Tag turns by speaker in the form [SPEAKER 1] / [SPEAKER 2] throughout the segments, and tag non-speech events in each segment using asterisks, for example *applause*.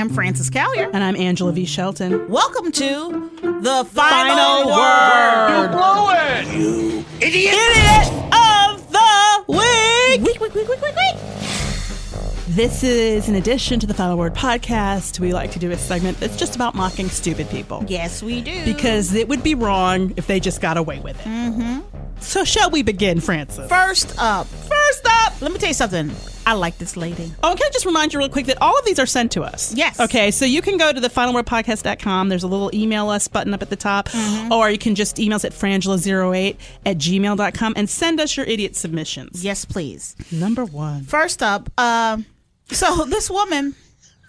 [SPEAKER 1] I'm Frances Callier.
[SPEAKER 2] And I'm Angela V. Shelton.
[SPEAKER 1] Welcome to the final, word. You blew it, you idiot. Idiot of the week.
[SPEAKER 2] Week, week, week, week, week, week. This is in addition to the Final Word podcast. We like to do a segment that's just about mocking stupid people
[SPEAKER 1] Yes, we do.
[SPEAKER 2] because it would be wrong if they just got away with it. Mm-hmm. So, shall we begin, Francis?
[SPEAKER 1] first up, first up, let me tell you something. I like this lady.
[SPEAKER 2] Oh, and can I just remind you real quick that all of these are sent to us?
[SPEAKER 1] Yes.
[SPEAKER 2] Okay, so you can go to the finalwordpodcast.com. There's a little email us button up at the top,
[SPEAKER 1] Mm-hmm.
[SPEAKER 2] or you can just email us at frangela08 at gmail.com and send us your idiot submissions.
[SPEAKER 1] Yes, please.
[SPEAKER 2] Number one.
[SPEAKER 1] First up, um, so *laughs* this woman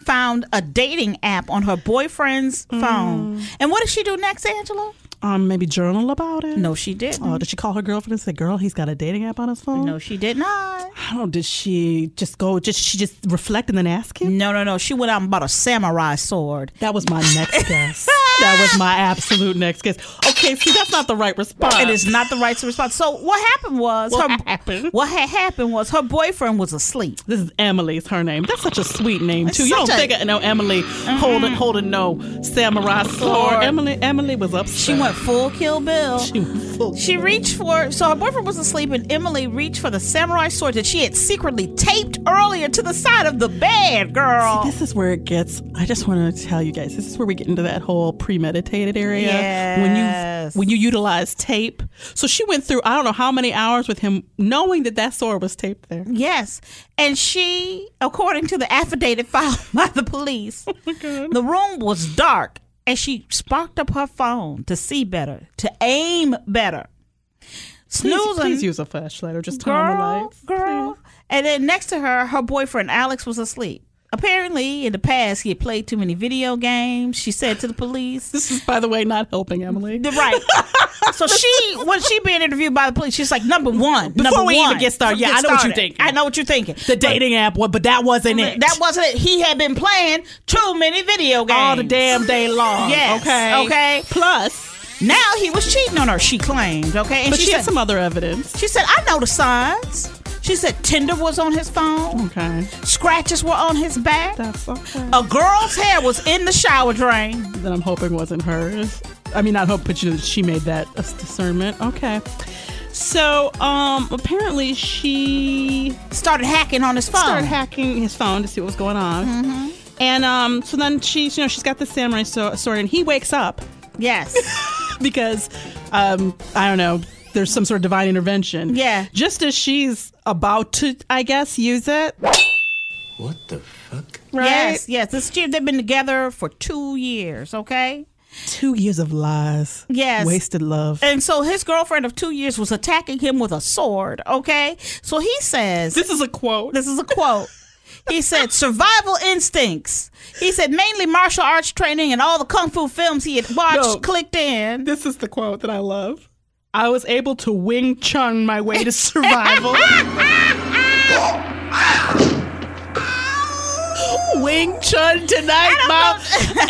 [SPEAKER 1] found a dating app on her boyfriend's phone, and what did she do next, Angela?
[SPEAKER 2] Um, maybe journal about it?
[SPEAKER 1] No, she didn't.
[SPEAKER 2] Oh, did she call her girlfriend and say, "Girl, he's got a dating app on his phone"?
[SPEAKER 1] No, she did not.
[SPEAKER 2] I don't. Did she just go? Just she just reflect and then ask him?
[SPEAKER 1] No, no, no. She went out and bought a samurai sword.
[SPEAKER 2] That was my
[SPEAKER 1] *laughs*
[SPEAKER 2] next guess. That was my absolute next guess. Okay, see, that's not the right response.
[SPEAKER 1] It is not the right to respond. So what happened was
[SPEAKER 2] What
[SPEAKER 1] her,
[SPEAKER 2] happened?
[SPEAKER 1] What had happened was her boyfriend was asleep.
[SPEAKER 2] This is Emily's her name. That's such a sweet name too.
[SPEAKER 1] such
[SPEAKER 2] you don't
[SPEAKER 1] a- Mm-hmm.
[SPEAKER 2] think of no Emily holding holding no samurai sword. Emily Emily was upset.
[SPEAKER 1] She went full Kill Bill.
[SPEAKER 2] She was full.
[SPEAKER 1] She reached for so her boyfriend was asleep and Emily reached for the samurai sword that she had secretly taped earlier to the side of the bed, girl.
[SPEAKER 2] This is where it gets. I just want to tell you guys. This is where we get into that whole premeditated area.
[SPEAKER 1] Yes.
[SPEAKER 2] When you when you utilize tape. So she went through. I don't know how many hours with him, knowing that that sword was taped there.
[SPEAKER 1] Yes. And she, according to the affidavit filed *laughs* by the police,
[SPEAKER 2] Oh
[SPEAKER 1] the room was dark and she sparked up her phone to see better, to aim better.
[SPEAKER 2] Please,
[SPEAKER 1] Snoozing.
[SPEAKER 2] please use a flashlight or just turn on the
[SPEAKER 1] girl,
[SPEAKER 2] lights.
[SPEAKER 1] girl. And then next to her, her boyfriend Alex was asleep. Apparently, in the past, he had played too many video games. She said to the police.
[SPEAKER 2] This is, by the way, not helping Emily. *laughs*
[SPEAKER 1] Right. so she, when she being interviewed by the police, she's like, number one.
[SPEAKER 2] Before
[SPEAKER 1] number
[SPEAKER 2] we even
[SPEAKER 1] one.
[SPEAKER 2] get started, yeah, I know what you're thinking.
[SPEAKER 1] I know what you're thinking.
[SPEAKER 2] The dating app, what? But that wasn't it.
[SPEAKER 1] That wasn't it. He had been playing too many video games.
[SPEAKER 2] all the damn day long.
[SPEAKER 1] Yes,
[SPEAKER 2] Okay.
[SPEAKER 1] okay.
[SPEAKER 2] Plus,
[SPEAKER 1] Now he was cheating on her, she claimed. Okay. And
[SPEAKER 2] but she,
[SPEAKER 1] she
[SPEAKER 2] had
[SPEAKER 1] said,
[SPEAKER 2] some other evidence.
[SPEAKER 1] she said, I know the signs. She said Tinder was on his phone.
[SPEAKER 2] Okay.
[SPEAKER 1] Scratches were on his back.
[SPEAKER 2] That's okay.
[SPEAKER 1] A girl's hair was in the shower drain.
[SPEAKER 2] that I'm hoping wasn't hers. I mean, not hope, but you know, she made that a s- discernment. Okay. So, um, apparently she
[SPEAKER 1] Started hacking on his phone. Mm-hmm.
[SPEAKER 2] started hacking his phone to see what was going on. And um, so then she's, you know, she's got the samurai so- sword, and he wakes up
[SPEAKER 1] yes.
[SPEAKER 2] because, um, I don't know, there's some sort of divine intervention.
[SPEAKER 1] Yeah.
[SPEAKER 2] Just as she's about to, I guess, use it. What the fuck? *laughs* Right?
[SPEAKER 1] Yes. Yes. This year they've been together for two years. Okay.
[SPEAKER 2] Two years of lies.
[SPEAKER 1] Yes.
[SPEAKER 2] Wasted love.
[SPEAKER 1] And so his girlfriend of two years was attacking him with a sword. Okay. So he says,
[SPEAKER 2] this *laughs* is a quote.
[SPEAKER 1] This is a quote. He said, survival instincts. He said, mainly martial arts training and all the kung fu films he had watched
[SPEAKER 2] No.
[SPEAKER 1] clicked in.
[SPEAKER 2] This is the quote that I love. I was able to Wing Chun my way to *laughs* survival. Wing Chun tonight, Mom.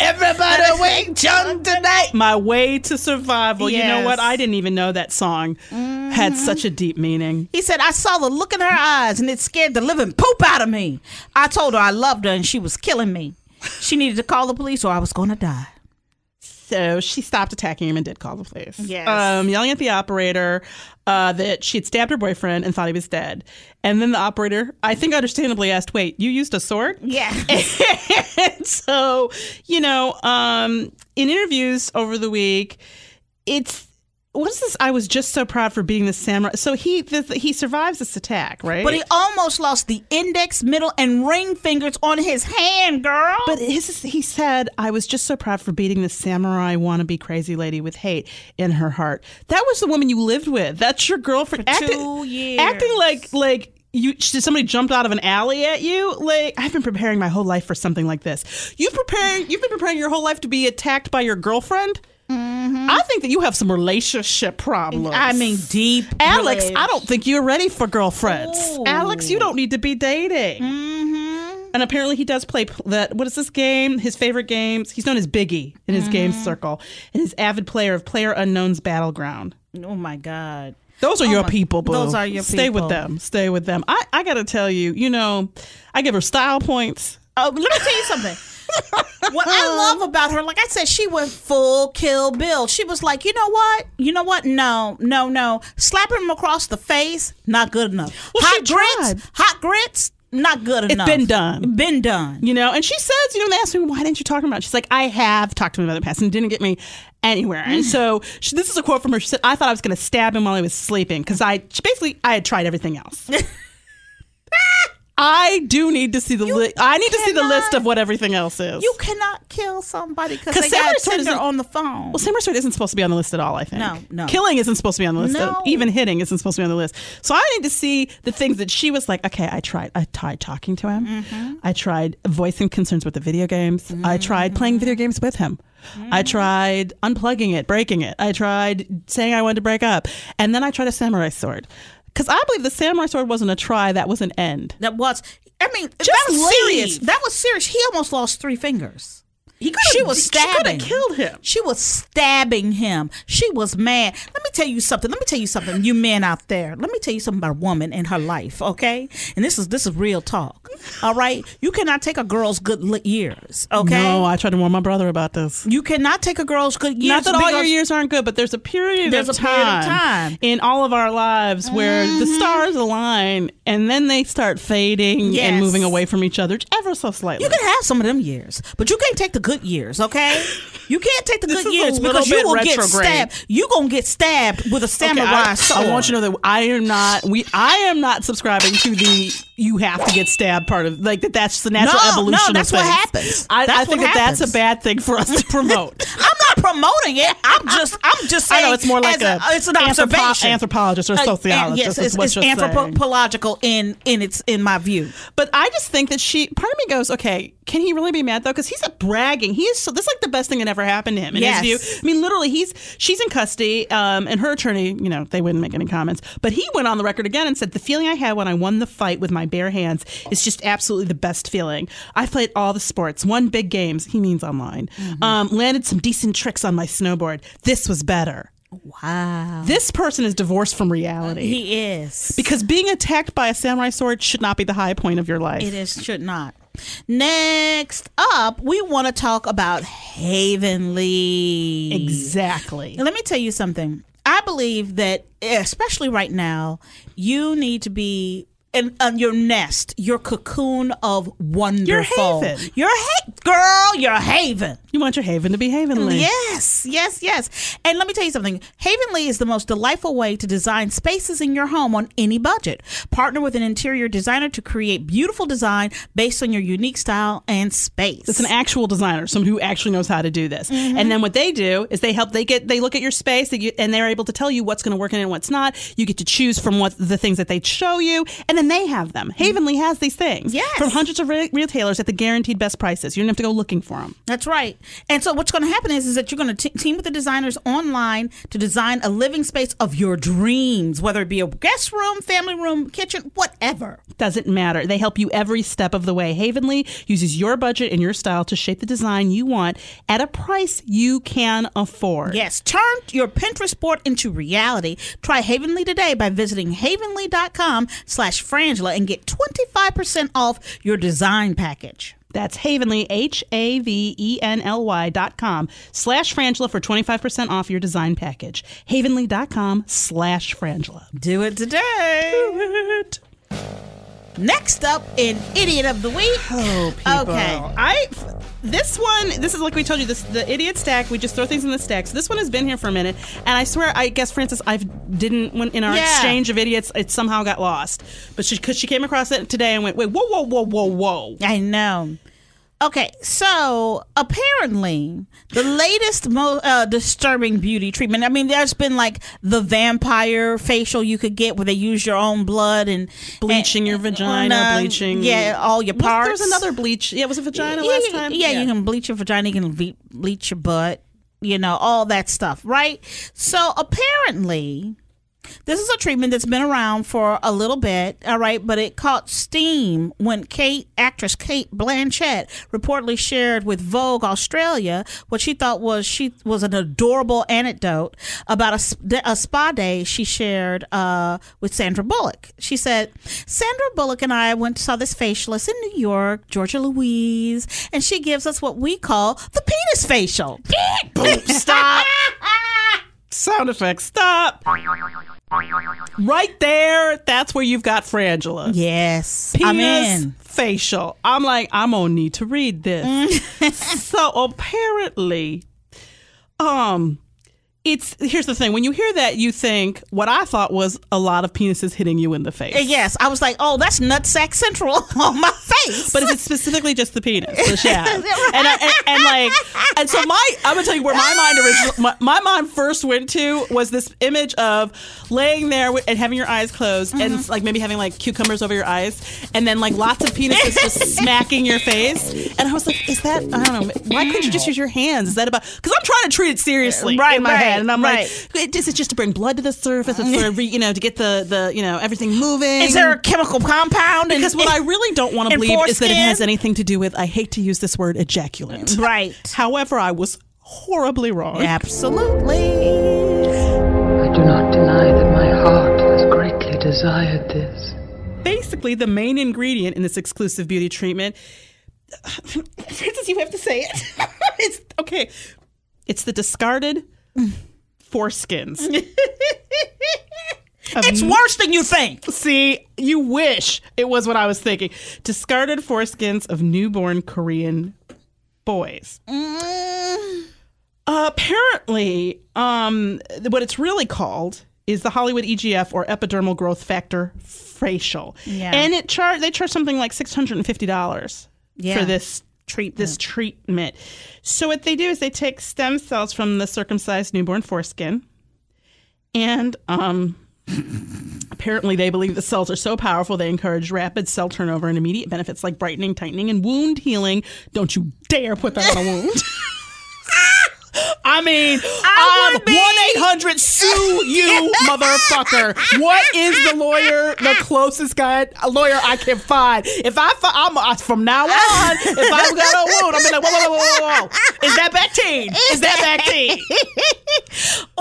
[SPEAKER 1] *laughs*
[SPEAKER 2] Everybody Wing Chun tonight. My way to survival. You know
[SPEAKER 1] Yes. Mm-hmm.
[SPEAKER 2] what? I didn't even know that song had such a deep meaning.
[SPEAKER 1] He said, I saw the look in her eyes and it scared the living poop out of me. I told her I loved her and she was killing me. She needed to call the police or I was going to die.
[SPEAKER 2] So she stopped attacking him and did call the police.
[SPEAKER 1] Yes.
[SPEAKER 2] Um, yelling at the operator uh, that she had stabbed her boyfriend and thought he was dead. And then the operator, I think understandably, asked, Wait, you used a sword?
[SPEAKER 1] Yeah.
[SPEAKER 2] and *laughs* so, you know, um, in interviews over the week, it's. What is this? I was just so proud for beating the samurai. So he this, he survives this attack,
[SPEAKER 1] *laughs*
[SPEAKER 2] right?
[SPEAKER 1] but he almost lost the index, middle, and ring fingers on his hand, girl.
[SPEAKER 2] But his, he said, I was just so proud for beating the samurai wannabe crazy lady with hate in her heart. That was the woman you lived with. That's your girlfriend.
[SPEAKER 1] For two years.
[SPEAKER 2] Acting like, like, you, somebody jumped out of an alley at you. Like I've been preparing my whole life for something like this. You've preparing, you've been preparing your whole life to be attacked by your girlfriend. I think that you have some relationship problems.
[SPEAKER 1] Mm-hmm. I mean, deep.
[SPEAKER 2] Alex,
[SPEAKER 1] rela-
[SPEAKER 2] I don't think you're ready for girlfriends.
[SPEAKER 1] Ooh.
[SPEAKER 2] Alex, you don't need to be dating.
[SPEAKER 1] Mm-hmm.
[SPEAKER 2] And apparently, he does play p- that. What is this game? His favorite games. He's known as Biggie in his game
[SPEAKER 1] Mm-hmm.
[SPEAKER 2] circle, and his avid player of Player Unknown's Battleground.
[SPEAKER 1] Oh my God.
[SPEAKER 2] Those are your people, boo.
[SPEAKER 1] Oh those are your
[SPEAKER 2] Stay
[SPEAKER 1] people.
[SPEAKER 2] with them. Stay with them. I, I got to tell you, you know, I give her style points.
[SPEAKER 1] Oh, let me tell you something. what I love about her, like I said, she went full Kill Bill. She was like, you know what, you know what? No, no, no. Slapping him across the face, not good enough.
[SPEAKER 2] Well,
[SPEAKER 1] hot
[SPEAKER 2] she
[SPEAKER 1] grits, hot grits, not good enough.
[SPEAKER 2] been done.
[SPEAKER 1] Been done.
[SPEAKER 2] You know, and she says, you know, they asked me, why didn't you talk to him about it? She's like, I have talked to him about it in the past and it didn't get me anywhere. And so she, this is a quote from her. She said, I thought I was going to stab him while he was sleeping because I she basically, I had tried everything else. I do need to see the list. I need to see the list of what everything else is.
[SPEAKER 1] You cannot kill somebody because
[SPEAKER 2] 'Cause
[SPEAKER 1] they got
[SPEAKER 2] Samurai Sword
[SPEAKER 1] Tinder
[SPEAKER 2] isn't-
[SPEAKER 1] on the phone.
[SPEAKER 2] well, Samurai Sword isn't supposed to be on the list at all, I think.
[SPEAKER 1] No, no.
[SPEAKER 2] Killing isn't supposed to be on the list.
[SPEAKER 1] No.
[SPEAKER 2] Uh, Even hitting isn't supposed to be on the list. So I need to see the things that she was like, okay, I tried. I tried talking to him.
[SPEAKER 1] Mm-hmm.
[SPEAKER 2] I tried voicing concerns with the video games. I tried playing video games with him.
[SPEAKER 1] Mm-hmm.
[SPEAKER 2] I tried unplugging it, breaking it. I tried saying I wanted to break up. And then I tried a Samurai Sword. Because I believe the Samurai Sword wasn't a try, that was an end.
[SPEAKER 1] that was. I mean, that
[SPEAKER 2] Just
[SPEAKER 1] was serious.
[SPEAKER 2] leave.
[SPEAKER 1] That was serious. He almost lost three fingers.
[SPEAKER 2] He
[SPEAKER 1] she was stabbing.
[SPEAKER 2] She could have killed him.
[SPEAKER 1] She was stabbing him. She was mad. Let me tell you something. Let me tell you something. You men out there. Let me tell you something about a woman and her life. Okay, and this is this is real talk. All right, you cannot take a girl's good li- years. Okay,
[SPEAKER 2] No, I tried to warn my brother about this.
[SPEAKER 1] you cannot take a girl's good years.
[SPEAKER 2] Not that all your
[SPEAKER 1] because-
[SPEAKER 2] years aren't good, but there's a period,
[SPEAKER 1] There's
[SPEAKER 2] of,
[SPEAKER 1] a
[SPEAKER 2] time
[SPEAKER 1] period of time. Mm-hmm.
[SPEAKER 2] in all of our lives where the stars align and then they start fading
[SPEAKER 1] Yes.
[SPEAKER 2] and moving away from each other ever so slightly.
[SPEAKER 1] You can have some of them years, but you can't take the good years, okay? You can't take the
[SPEAKER 2] This
[SPEAKER 1] good
[SPEAKER 2] is a
[SPEAKER 1] years
[SPEAKER 2] little
[SPEAKER 1] because you
[SPEAKER 2] bit
[SPEAKER 1] will get
[SPEAKER 2] retrograde.
[SPEAKER 1] stabbed. You gonna get stabbed with a
[SPEAKER 2] Okay,
[SPEAKER 1] samurai
[SPEAKER 2] I,
[SPEAKER 1] sword.
[SPEAKER 2] I want you to know that I am not we I am not subscribing to the you have to get stabbed part of like that that's the natural
[SPEAKER 1] No, no,
[SPEAKER 2] evolution of
[SPEAKER 1] that's what
[SPEAKER 2] things.
[SPEAKER 1] happens.
[SPEAKER 2] I,
[SPEAKER 1] That's
[SPEAKER 2] I think
[SPEAKER 1] what
[SPEAKER 2] that that's
[SPEAKER 1] happens.
[SPEAKER 2] a bad thing
[SPEAKER 1] *laughs*
[SPEAKER 2] for us to promote.
[SPEAKER 1] I'm not promoting it. I'm just I'm just
[SPEAKER 2] I
[SPEAKER 1] saying.
[SPEAKER 2] know it's more like
[SPEAKER 1] as a, it's an
[SPEAKER 2] anthropo-
[SPEAKER 1] observation.
[SPEAKER 2] anthropologist or
[SPEAKER 1] Uh,
[SPEAKER 2] sociologist.
[SPEAKER 1] yes,
[SPEAKER 2] is
[SPEAKER 1] it's,
[SPEAKER 2] what
[SPEAKER 1] it's
[SPEAKER 2] you're saying.
[SPEAKER 1] anthropological in in its in my view.
[SPEAKER 2] But I just think that she, part of me goes, okay, can he really be mad though? Because he's a bragging. He is so, this is like the best thing that ever happened to him in
[SPEAKER 1] Yes.
[SPEAKER 2] his view. I mean, literally, he's, she's in custody, um, and her attorney, you know, they wouldn't make any comments. But he went on the record again and said, the feeling I had when I won the fight with my bare hands is just absolutely the best feeling. I've played all the sports, won big games, he means online,
[SPEAKER 1] Mm-hmm.
[SPEAKER 2] um, landed some decent tricks on my snowboard. This was better.
[SPEAKER 1] Wow,
[SPEAKER 2] This person is divorced from reality.
[SPEAKER 1] he is
[SPEAKER 2] because being attacked by a samurai sword should not be the high point of your life.
[SPEAKER 1] it is should not. Next up, we want to talk about Havenly.
[SPEAKER 2] Exactly.
[SPEAKER 1] And let me tell you something. I believe that, especially right now, you need to be in, on your nest, your cocoon of wonderful.
[SPEAKER 2] haven.
[SPEAKER 1] Your ha- girl, your haven.
[SPEAKER 2] You want your haven to be havenly.
[SPEAKER 1] Yes, yes, yes. And let me tell you something. Havenly is the most delightful way to design spaces in your home on any budget. Partner with an interior designer to create beautiful design based on your unique style and space.
[SPEAKER 2] It's an actual designer, someone who actually knows how to do this.
[SPEAKER 1] Mm-hmm.
[SPEAKER 2] And then what they do is they help. They get they look at your space, that you, and they're able to tell you what's going to work in and what's not. You get to choose from what the things that they show you, and then they have them. Havenly has these things,
[SPEAKER 1] Mm-hmm. Yes.
[SPEAKER 2] from hundreds of re- retailers at the guaranteed best prices. You're have to go looking for them.
[SPEAKER 1] That's right. And so what's going to happen is, is that you're going to team with the designers online to design a living space of your dreams, whether it be a guest room, family room, kitchen, whatever.
[SPEAKER 2] Doesn't matter. They help you every step of the way. Havenly uses your budget and your style to shape the design you want at a price you can afford.
[SPEAKER 1] Yes, turn your Pinterest board into reality. Try Havenly today by visiting havenly.com slash frangela and get 25% off your design package.
[SPEAKER 2] That's Havenly, H A V E N L Y dot com slash Frangela for 25% off your design package. Havenly dot com slash Frangela.
[SPEAKER 1] Do it today.
[SPEAKER 2] *laughs*
[SPEAKER 1] Next up in Idiot of the Week.
[SPEAKER 2] Oh, people.
[SPEAKER 1] Okay.
[SPEAKER 2] I this one, this is like we told you, this the idiot stack. We just throw things in the stack. So this one has been here for a minute, and I swear, I guess Francis, I didn't when in our
[SPEAKER 1] Yeah.
[SPEAKER 2] exchange of idiots, it somehow got lost. But she because she came across it today and went, wait, whoa, whoa, whoa, whoa, whoa.
[SPEAKER 1] I know. Okay, so apparently the latest mo- uh, disturbing beauty treatment. I mean, there's been like the vampire facial you could get where they use your own blood and
[SPEAKER 2] Bleaching your
[SPEAKER 1] and,
[SPEAKER 2] vagina,
[SPEAKER 1] uh,
[SPEAKER 2] bleaching-
[SPEAKER 1] yeah, all your parts.
[SPEAKER 2] There was another bleach. Yeah, was it vagina
[SPEAKER 1] yeah,
[SPEAKER 2] last
[SPEAKER 1] yeah,
[SPEAKER 2] time?
[SPEAKER 1] Yeah, you can bleach your vagina, you can ble- bleach your butt, you know, all that stuff, right? So apparently, this is a treatment that's been around for a little bit, all right, but it caught steam when Kate, actress Kate Blanchett, reportedly shared with Vogue Australia what she thought was she was an adorable anecdote about a, sp- a spa day she shared uh, with Sandra Bullock. She said, "Sandra Bullock and I went saw this facialist in New York, Georgia Louise, and she gives us what we call the penis facial."
[SPEAKER 2] *laughs* Stop. Sound effects. Stop. Right there. That's where you've got Frangela.
[SPEAKER 1] *laughs* yes,
[SPEAKER 2] penis
[SPEAKER 1] I'm in.
[SPEAKER 2] facial. I'm like, I'm gonna need to read this.
[SPEAKER 1] Mm.
[SPEAKER 2] *laughs* so apparently, um, it's here's the thing. When you hear that, you think what I thought was a lot of penises hitting you in the face.
[SPEAKER 1] Yes, I was like, "Oh, that's nutsack central *laughs* on my face."
[SPEAKER 2] But
[SPEAKER 1] *laughs*
[SPEAKER 2] it's specifically just the penis, the shaft, and, I, and, and like, and so my I'm gonna tell you where my mind original my, my mind first went to was this image of laying there with, and having your eyes closed and
[SPEAKER 1] Mm-hmm.
[SPEAKER 2] like maybe having like cucumbers over your eyes and then like lots of penises
[SPEAKER 1] *laughs*
[SPEAKER 2] just smacking your face and I was like, is that I don't know why couldn't you just use your hands? Is that about because I'm trying to treat it seriously
[SPEAKER 1] Right,
[SPEAKER 2] in my
[SPEAKER 1] right,
[SPEAKER 2] head and I'm
[SPEAKER 1] right.
[SPEAKER 2] like, it- is it just to bring blood to the surface? It's
[SPEAKER 1] *laughs*
[SPEAKER 2] for re, you know to get the the you know everything moving.
[SPEAKER 1] Is there a chemical compound? in-
[SPEAKER 2] Because what I really don't want to
[SPEAKER 1] and
[SPEAKER 2] believe is that it
[SPEAKER 1] foreskin?
[SPEAKER 2] has anything to do with, I hate to use this word,
[SPEAKER 1] *laughs*
[SPEAKER 2] ejaculant.
[SPEAKER 1] Right.
[SPEAKER 2] However, I was horribly wrong.
[SPEAKER 1] Absolutely.
[SPEAKER 3] I do not deny that my heart has greatly desired this.
[SPEAKER 2] Basically, the main ingredient in this exclusive beauty treatment, *laughs* Princess, you have to say it. *laughs* it's okay. It's the discarded foreskins.
[SPEAKER 1] It's worse than you think.
[SPEAKER 2] See, you wish it was what I was thinking. Discarded foreskins of newborn Korean boys. apparently, um, th- what it's really called is the Hollywood EGF or epidermal growth factor facial,
[SPEAKER 1] Yeah.
[SPEAKER 2] and it charge they charge something like six hundred and fifty dollars
[SPEAKER 1] Yeah.
[SPEAKER 2] for this treat this treatment. So what they do is they take stem cells from the circumcised newborn foreskin, and um. *laughs* Apparently, they believe the cells are so powerful they encourage rapid cell turnover and immediate benefits like brightening, tightening, and wound healing. Don't you dare put that on a wound.
[SPEAKER 1] *laughs*
[SPEAKER 2] I mean,
[SPEAKER 1] I
[SPEAKER 2] um,
[SPEAKER 1] would be-
[SPEAKER 2] 1 800 sue you, motherfucker. What is the lawyer, the closest guy, a lawyer I can find? If I, fi- I'm I, from now on, if I've got a wound, I'm be like, whoa, whoa, whoa, whoa, whoa, whoa. Is that Bactine? Is that Bactine?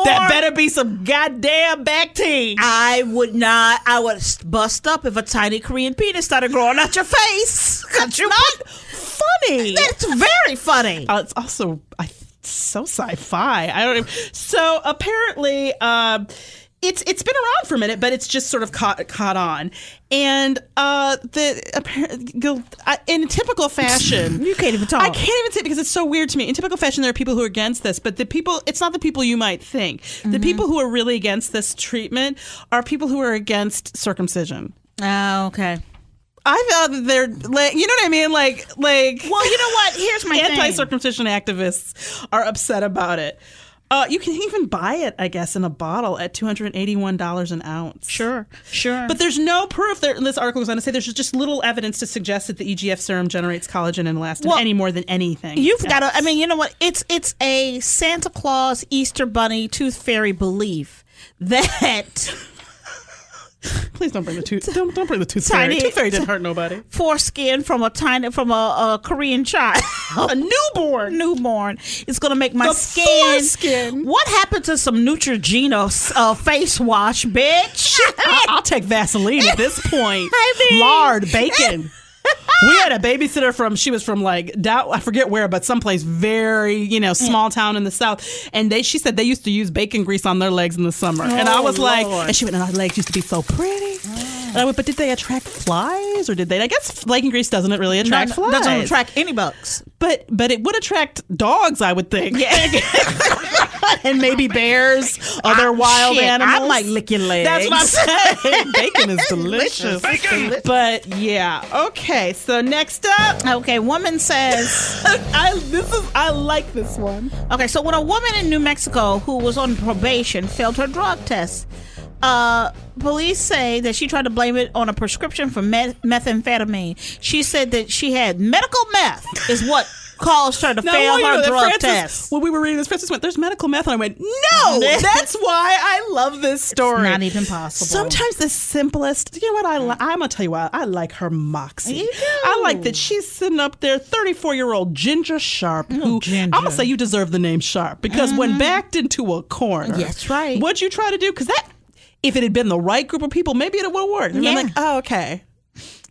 [SPEAKER 2] that better be some goddamn Bactine.
[SPEAKER 1] I would not. I would bust up if a tiny Korean penis started growing out your face. *laughs* That's you not funny. That's very funny.
[SPEAKER 2] Uh, it's also I, so sci-fi. I don't. even- So apparently, um, it's it's been around for a minute, but it's just sort of caught caught on. And uh, the appar- go- I- in typical
[SPEAKER 1] *laughs*
[SPEAKER 2] fashion,
[SPEAKER 1] You can't even talk.
[SPEAKER 2] I can't even say it because it's so weird to me. In typical fashion, there are people who are against this, but the people it's not the people you might think.
[SPEAKER 1] Mm-hmm.
[SPEAKER 2] The people who are really against this treatment are people who are against circumcision.
[SPEAKER 1] Oh, okay.
[SPEAKER 2] I thought that they're like, you know what I mean, like, like.
[SPEAKER 1] Well, you know what? Here's my thing.
[SPEAKER 2] anti-circumcision activists are upset about it. Uh, you can even buy it, I guess, in a bottle at two hundred and eighty-one dollars an ounce.
[SPEAKER 1] Sure, sure.
[SPEAKER 2] But there's no proof. There, this article goes on to say there's just little evidence to suggest that the EGF serum generates collagen and elastin
[SPEAKER 1] Well,
[SPEAKER 2] any more than anything.
[SPEAKER 1] You've got to. I mean, you know what? It's it's a Santa Claus, Easter Bunny, Tooth Fairy belief that
[SPEAKER 2] Please don't bring
[SPEAKER 1] *laughs*
[SPEAKER 2] the tooth. Don't, don't bring the tooth
[SPEAKER 1] Tiny-
[SPEAKER 2] fairy. Tooth fairy didn't hurt nobody.
[SPEAKER 1] foreskin from a tiny from a, a Korean child,
[SPEAKER 2] *laughs* A newborn.
[SPEAKER 1] newborn, is going to make my
[SPEAKER 2] The
[SPEAKER 1] skin.
[SPEAKER 2] foreskin.
[SPEAKER 1] What happened to some Neutrogena uh, face wash, bitch?
[SPEAKER 2] *laughs*
[SPEAKER 1] *laughs*
[SPEAKER 2] I- I'll take Vaseline at this point.
[SPEAKER 1] I mean-
[SPEAKER 2] Lard, bacon. we had a babysitter from she was from like Dow- I forget where, but someplace very you know small town in the south. And they she said they used to use bacon grease on their legs in the summer. and I
[SPEAKER 1] Oh,
[SPEAKER 2] was like,
[SPEAKER 1] Lord.
[SPEAKER 2] and she went, and our legs used to be so pretty. And I went, but did they attract flies or did they? I guess bacon grease doesn't it really attract flies?
[SPEAKER 1] Doesn't track any bugs.
[SPEAKER 2] But but it would attract dogs, I would think. *laughs* and maybe bears, other
[SPEAKER 1] Ah,
[SPEAKER 2] wild
[SPEAKER 1] shit, I
[SPEAKER 2] animals.
[SPEAKER 1] might lick your
[SPEAKER 2] That's what *laughs* I'm saying. Bacon is delicious. But yeah, okay. So next up,
[SPEAKER 1] Okay, woman says.
[SPEAKER 2] *laughs* I this is I like this one.
[SPEAKER 1] Okay, so when a woman in New Mexico who was on probation failed her drug test, uh, police say that she tried to blame it on a prescription for meth- methamphetamine. She said that she had medical meth is what caused her to fail
[SPEAKER 2] well, you know
[SPEAKER 1] her
[SPEAKER 2] that
[SPEAKER 1] drug
[SPEAKER 2] Francis-
[SPEAKER 1] test.
[SPEAKER 2] When we were reading this, Francis went, "There's medical meth," and I went, *laughs* "No, that's why I love this story."
[SPEAKER 1] not even possible.
[SPEAKER 2] Sometimes the simplest. You know what? I li- I'm gonna tell you what I like her moxie.
[SPEAKER 1] You do.
[SPEAKER 2] I like that she's sitting up there, 34 year old Ginger Sharp. Who
[SPEAKER 1] Oh, Ginger.
[SPEAKER 2] I'm gonna say you deserve the name Sharp because when backed into a corner,
[SPEAKER 1] That's right.
[SPEAKER 2] What'd you try to do? Because that, if it had been the right group of people, maybe it would have worked. And yeah.
[SPEAKER 1] Yeah.
[SPEAKER 2] like, oh okay.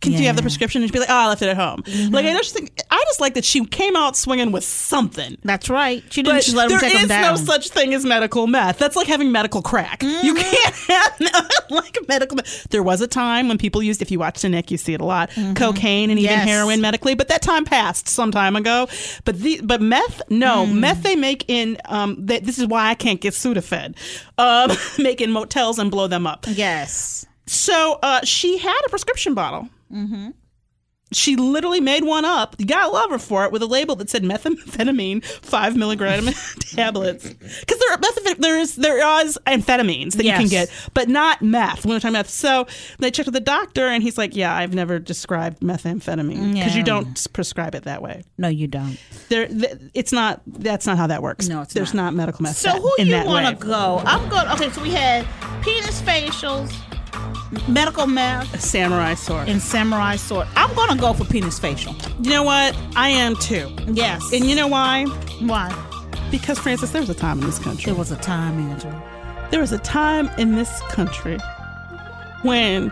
[SPEAKER 2] Can do you have the
[SPEAKER 1] Yeah. Mm-hmm.
[SPEAKER 2] prescription? And she'd be like, "Oh, I left it at home." Like I just think I just like that she came out swinging with something.
[SPEAKER 1] That's right. She didn't
[SPEAKER 2] But
[SPEAKER 1] just let
[SPEAKER 2] there
[SPEAKER 1] him take
[SPEAKER 2] is
[SPEAKER 1] them
[SPEAKER 2] no
[SPEAKER 1] down. Mm-hmm.
[SPEAKER 2] such thing as medical meth. That's like having medical crack. You can't have *laughs* like medical meth. There was a time when people used, if you watch the Nick, you see it a lot, cocaine and
[SPEAKER 1] Mm-hmm. Yes.
[SPEAKER 2] even heroin medically. But that time passed some time ago. But the but meth, no
[SPEAKER 1] Mm.
[SPEAKER 2] meth. They make in um. Th- this is why I can't get Sudafed. Um, *laughs* make in motels and blow them up.
[SPEAKER 1] yes.
[SPEAKER 2] So uh, she had a prescription bottle. Mm-hmm. She literally made one up. You gotta love her for it with a label that said methamphetamine five milligram *laughs* tablets. Because there are methamphet- there is there is amphetamines that you can
[SPEAKER 1] Yes.
[SPEAKER 2] get, but not meth. We're not talking meth. So they checked with the doctor, and he's like, "Yeah, I've never described methamphetamine because
[SPEAKER 1] Mm, Yeah.
[SPEAKER 2] you don't s- prescribe it that way.
[SPEAKER 1] No, you don't.
[SPEAKER 2] There, th- it's not. That's not how that works.
[SPEAKER 1] No, it's
[SPEAKER 2] there's
[SPEAKER 1] not.
[SPEAKER 2] not, medical meth.
[SPEAKER 1] So who
[SPEAKER 2] in
[SPEAKER 1] you
[SPEAKER 2] that
[SPEAKER 1] want
[SPEAKER 2] way.
[SPEAKER 1] to go? I'm going. Okay, so we had penis facials, medical meth,
[SPEAKER 2] Samurai sword.
[SPEAKER 1] and samurai sword. I'm going to go for penis facial.
[SPEAKER 2] You know what? I am too.
[SPEAKER 1] Yes.
[SPEAKER 2] And you know why?
[SPEAKER 1] why?
[SPEAKER 2] Because, Francis, there was a time in this country.
[SPEAKER 1] There was a time, Angela.
[SPEAKER 2] There was a time in this country when,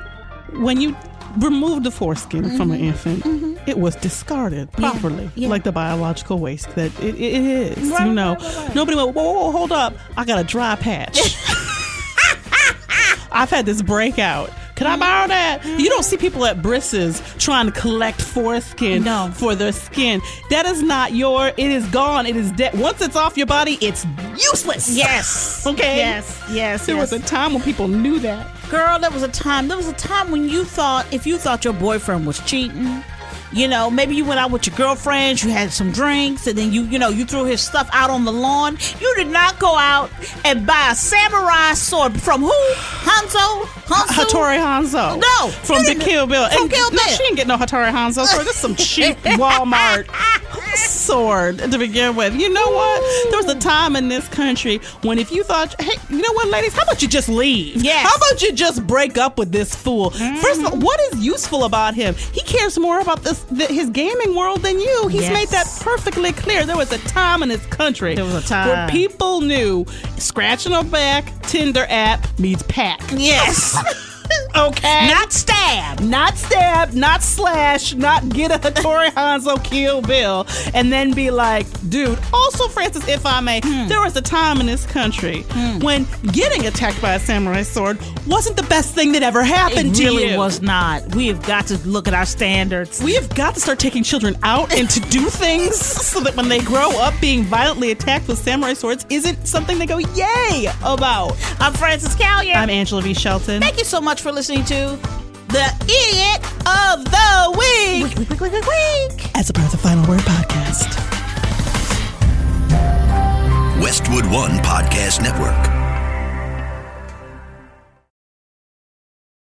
[SPEAKER 2] when you removed the foreskin from an infant, it was discarded properly,
[SPEAKER 1] Mm-hmm. yeah.
[SPEAKER 2] like the biological waste that it, it is.
[SPEAKER 1] Right,
[SPEAKER 2] you know,
[SPEAKER 1] right, right, right.
[SPEAKER 2] nobody went, whoa, whoa, whoa, hold up. I got a dry patch.
[SPEAKER 1] *laughs*
[SPEAKER 2] I've had this breakout. Can
[SPEAKER 1] Mm-hmm.
[SPEAKER 2] I borrow that? You don't see people at Briss's trying to collect foreskin
[SPEAKER 1] No.
[SPEAKER 2] for their skin. That is not your. It is gone. It is dead. Once it's off your body, it's useless.
[SPEAKER 1] Yes.
[SPEAKER 2] *laughs* Okay.
[SPEAKER 1] Yes. Yes.
[SPEAKER 2] There
[SPEAKER 1] yes.
[SPEAKER 2] was a time when people knew that.
[SPEAKER 1] girl. There was a time. There was a time when you thought if you thought your boyfriend was cheating. You know, maybe you went out with your girlfriends, you had some drinks, and then you, you know, you threw his stuff out on the lawn. You did not go out and buy a samurai sword from who? Hanzo? Hanzo?
[SPEAKER 2] Hattori Hanzo.
[SPEAKER 1] No,
[SPEAKER 2] From
[SPEAKER 1] you
[SPEAKER 2] the
[SPEAKER 1] didn't-
[SPEAKER 2] Kill Bill.
[SPEAKER 1] from
[SPEAKER 2] And
[SPEAKER 1] Kill
[SPEAKER 2] no,
[SPEAKER 1] Bill.
[SPEAKER 2] she didn't get no Hattori Hanzo sword. That's
[SPEAKER 1] *laughs*
[SPEAKER 2] some cheap Walmart sword to begin with. You know what? There was a time in this country when if you thought, hey, you know what, ladies, how about you just leave?
[SPEAKER 1] Yes. Mm-hmm.
[SPEAKER 2] How about you just break up with this fool? First of all, what is useful about him? He cares more about this th- his gaming world than you. He's
[SPEAKER 1] Yes.
[SPEAKER 2] made that perfectly clear. There was a time in this country
[SPEAKER 1] There was a
[SPEAKER 2] where
[SPEAKER 1] time.
[SPEAKER 2] people knew scratching a back Tinder app means
[SPEAKER 1] *laughs*
[SPEAKER 2] pack.
[SPEAKER 1] Yes.
[SPEAKER 2] Okay.
[SPEAKER 1] not stabbed.
[SPEAKER 2] not stab, not slash, not get a
[SPEAKER 1] *laughs*
[SPEAKER 2] Tori Hanzo kill Bill, and then be like, dude. Also, Francis, if I may,
[SPEAKER 1] Hmm.
[SPEAKER 2] there was a time in this country when getting attacked by a samurai sword wasn't the best thing that ever happened
[SPEAKER 1] It
[SPEAKER 2] to
[SPEAKER 1] really
[SPEAKER 2] you.
[SPEAKER 1] was not. We have got to look at our standards.
[SPEAKER 2] We have got to start taking children out and to do
[SPEAKER 1] *laughs*
[SPEAKER 2] things so that when they grow up, being violently attacked with samurai swords isn't something they go yay about.
[SPEAKER 1] I'm Francis Callier.
[SPEAKER 2] I'm Angela V. Shelton.
[SPEAKER 1] Thank you so much for listening to the Idiot of the Week. Week, week, week, week, week.
[SPEAKER 2] As a part of the Final Word podcast.
[SPEAKER 4] West Westwood One Podcast Network.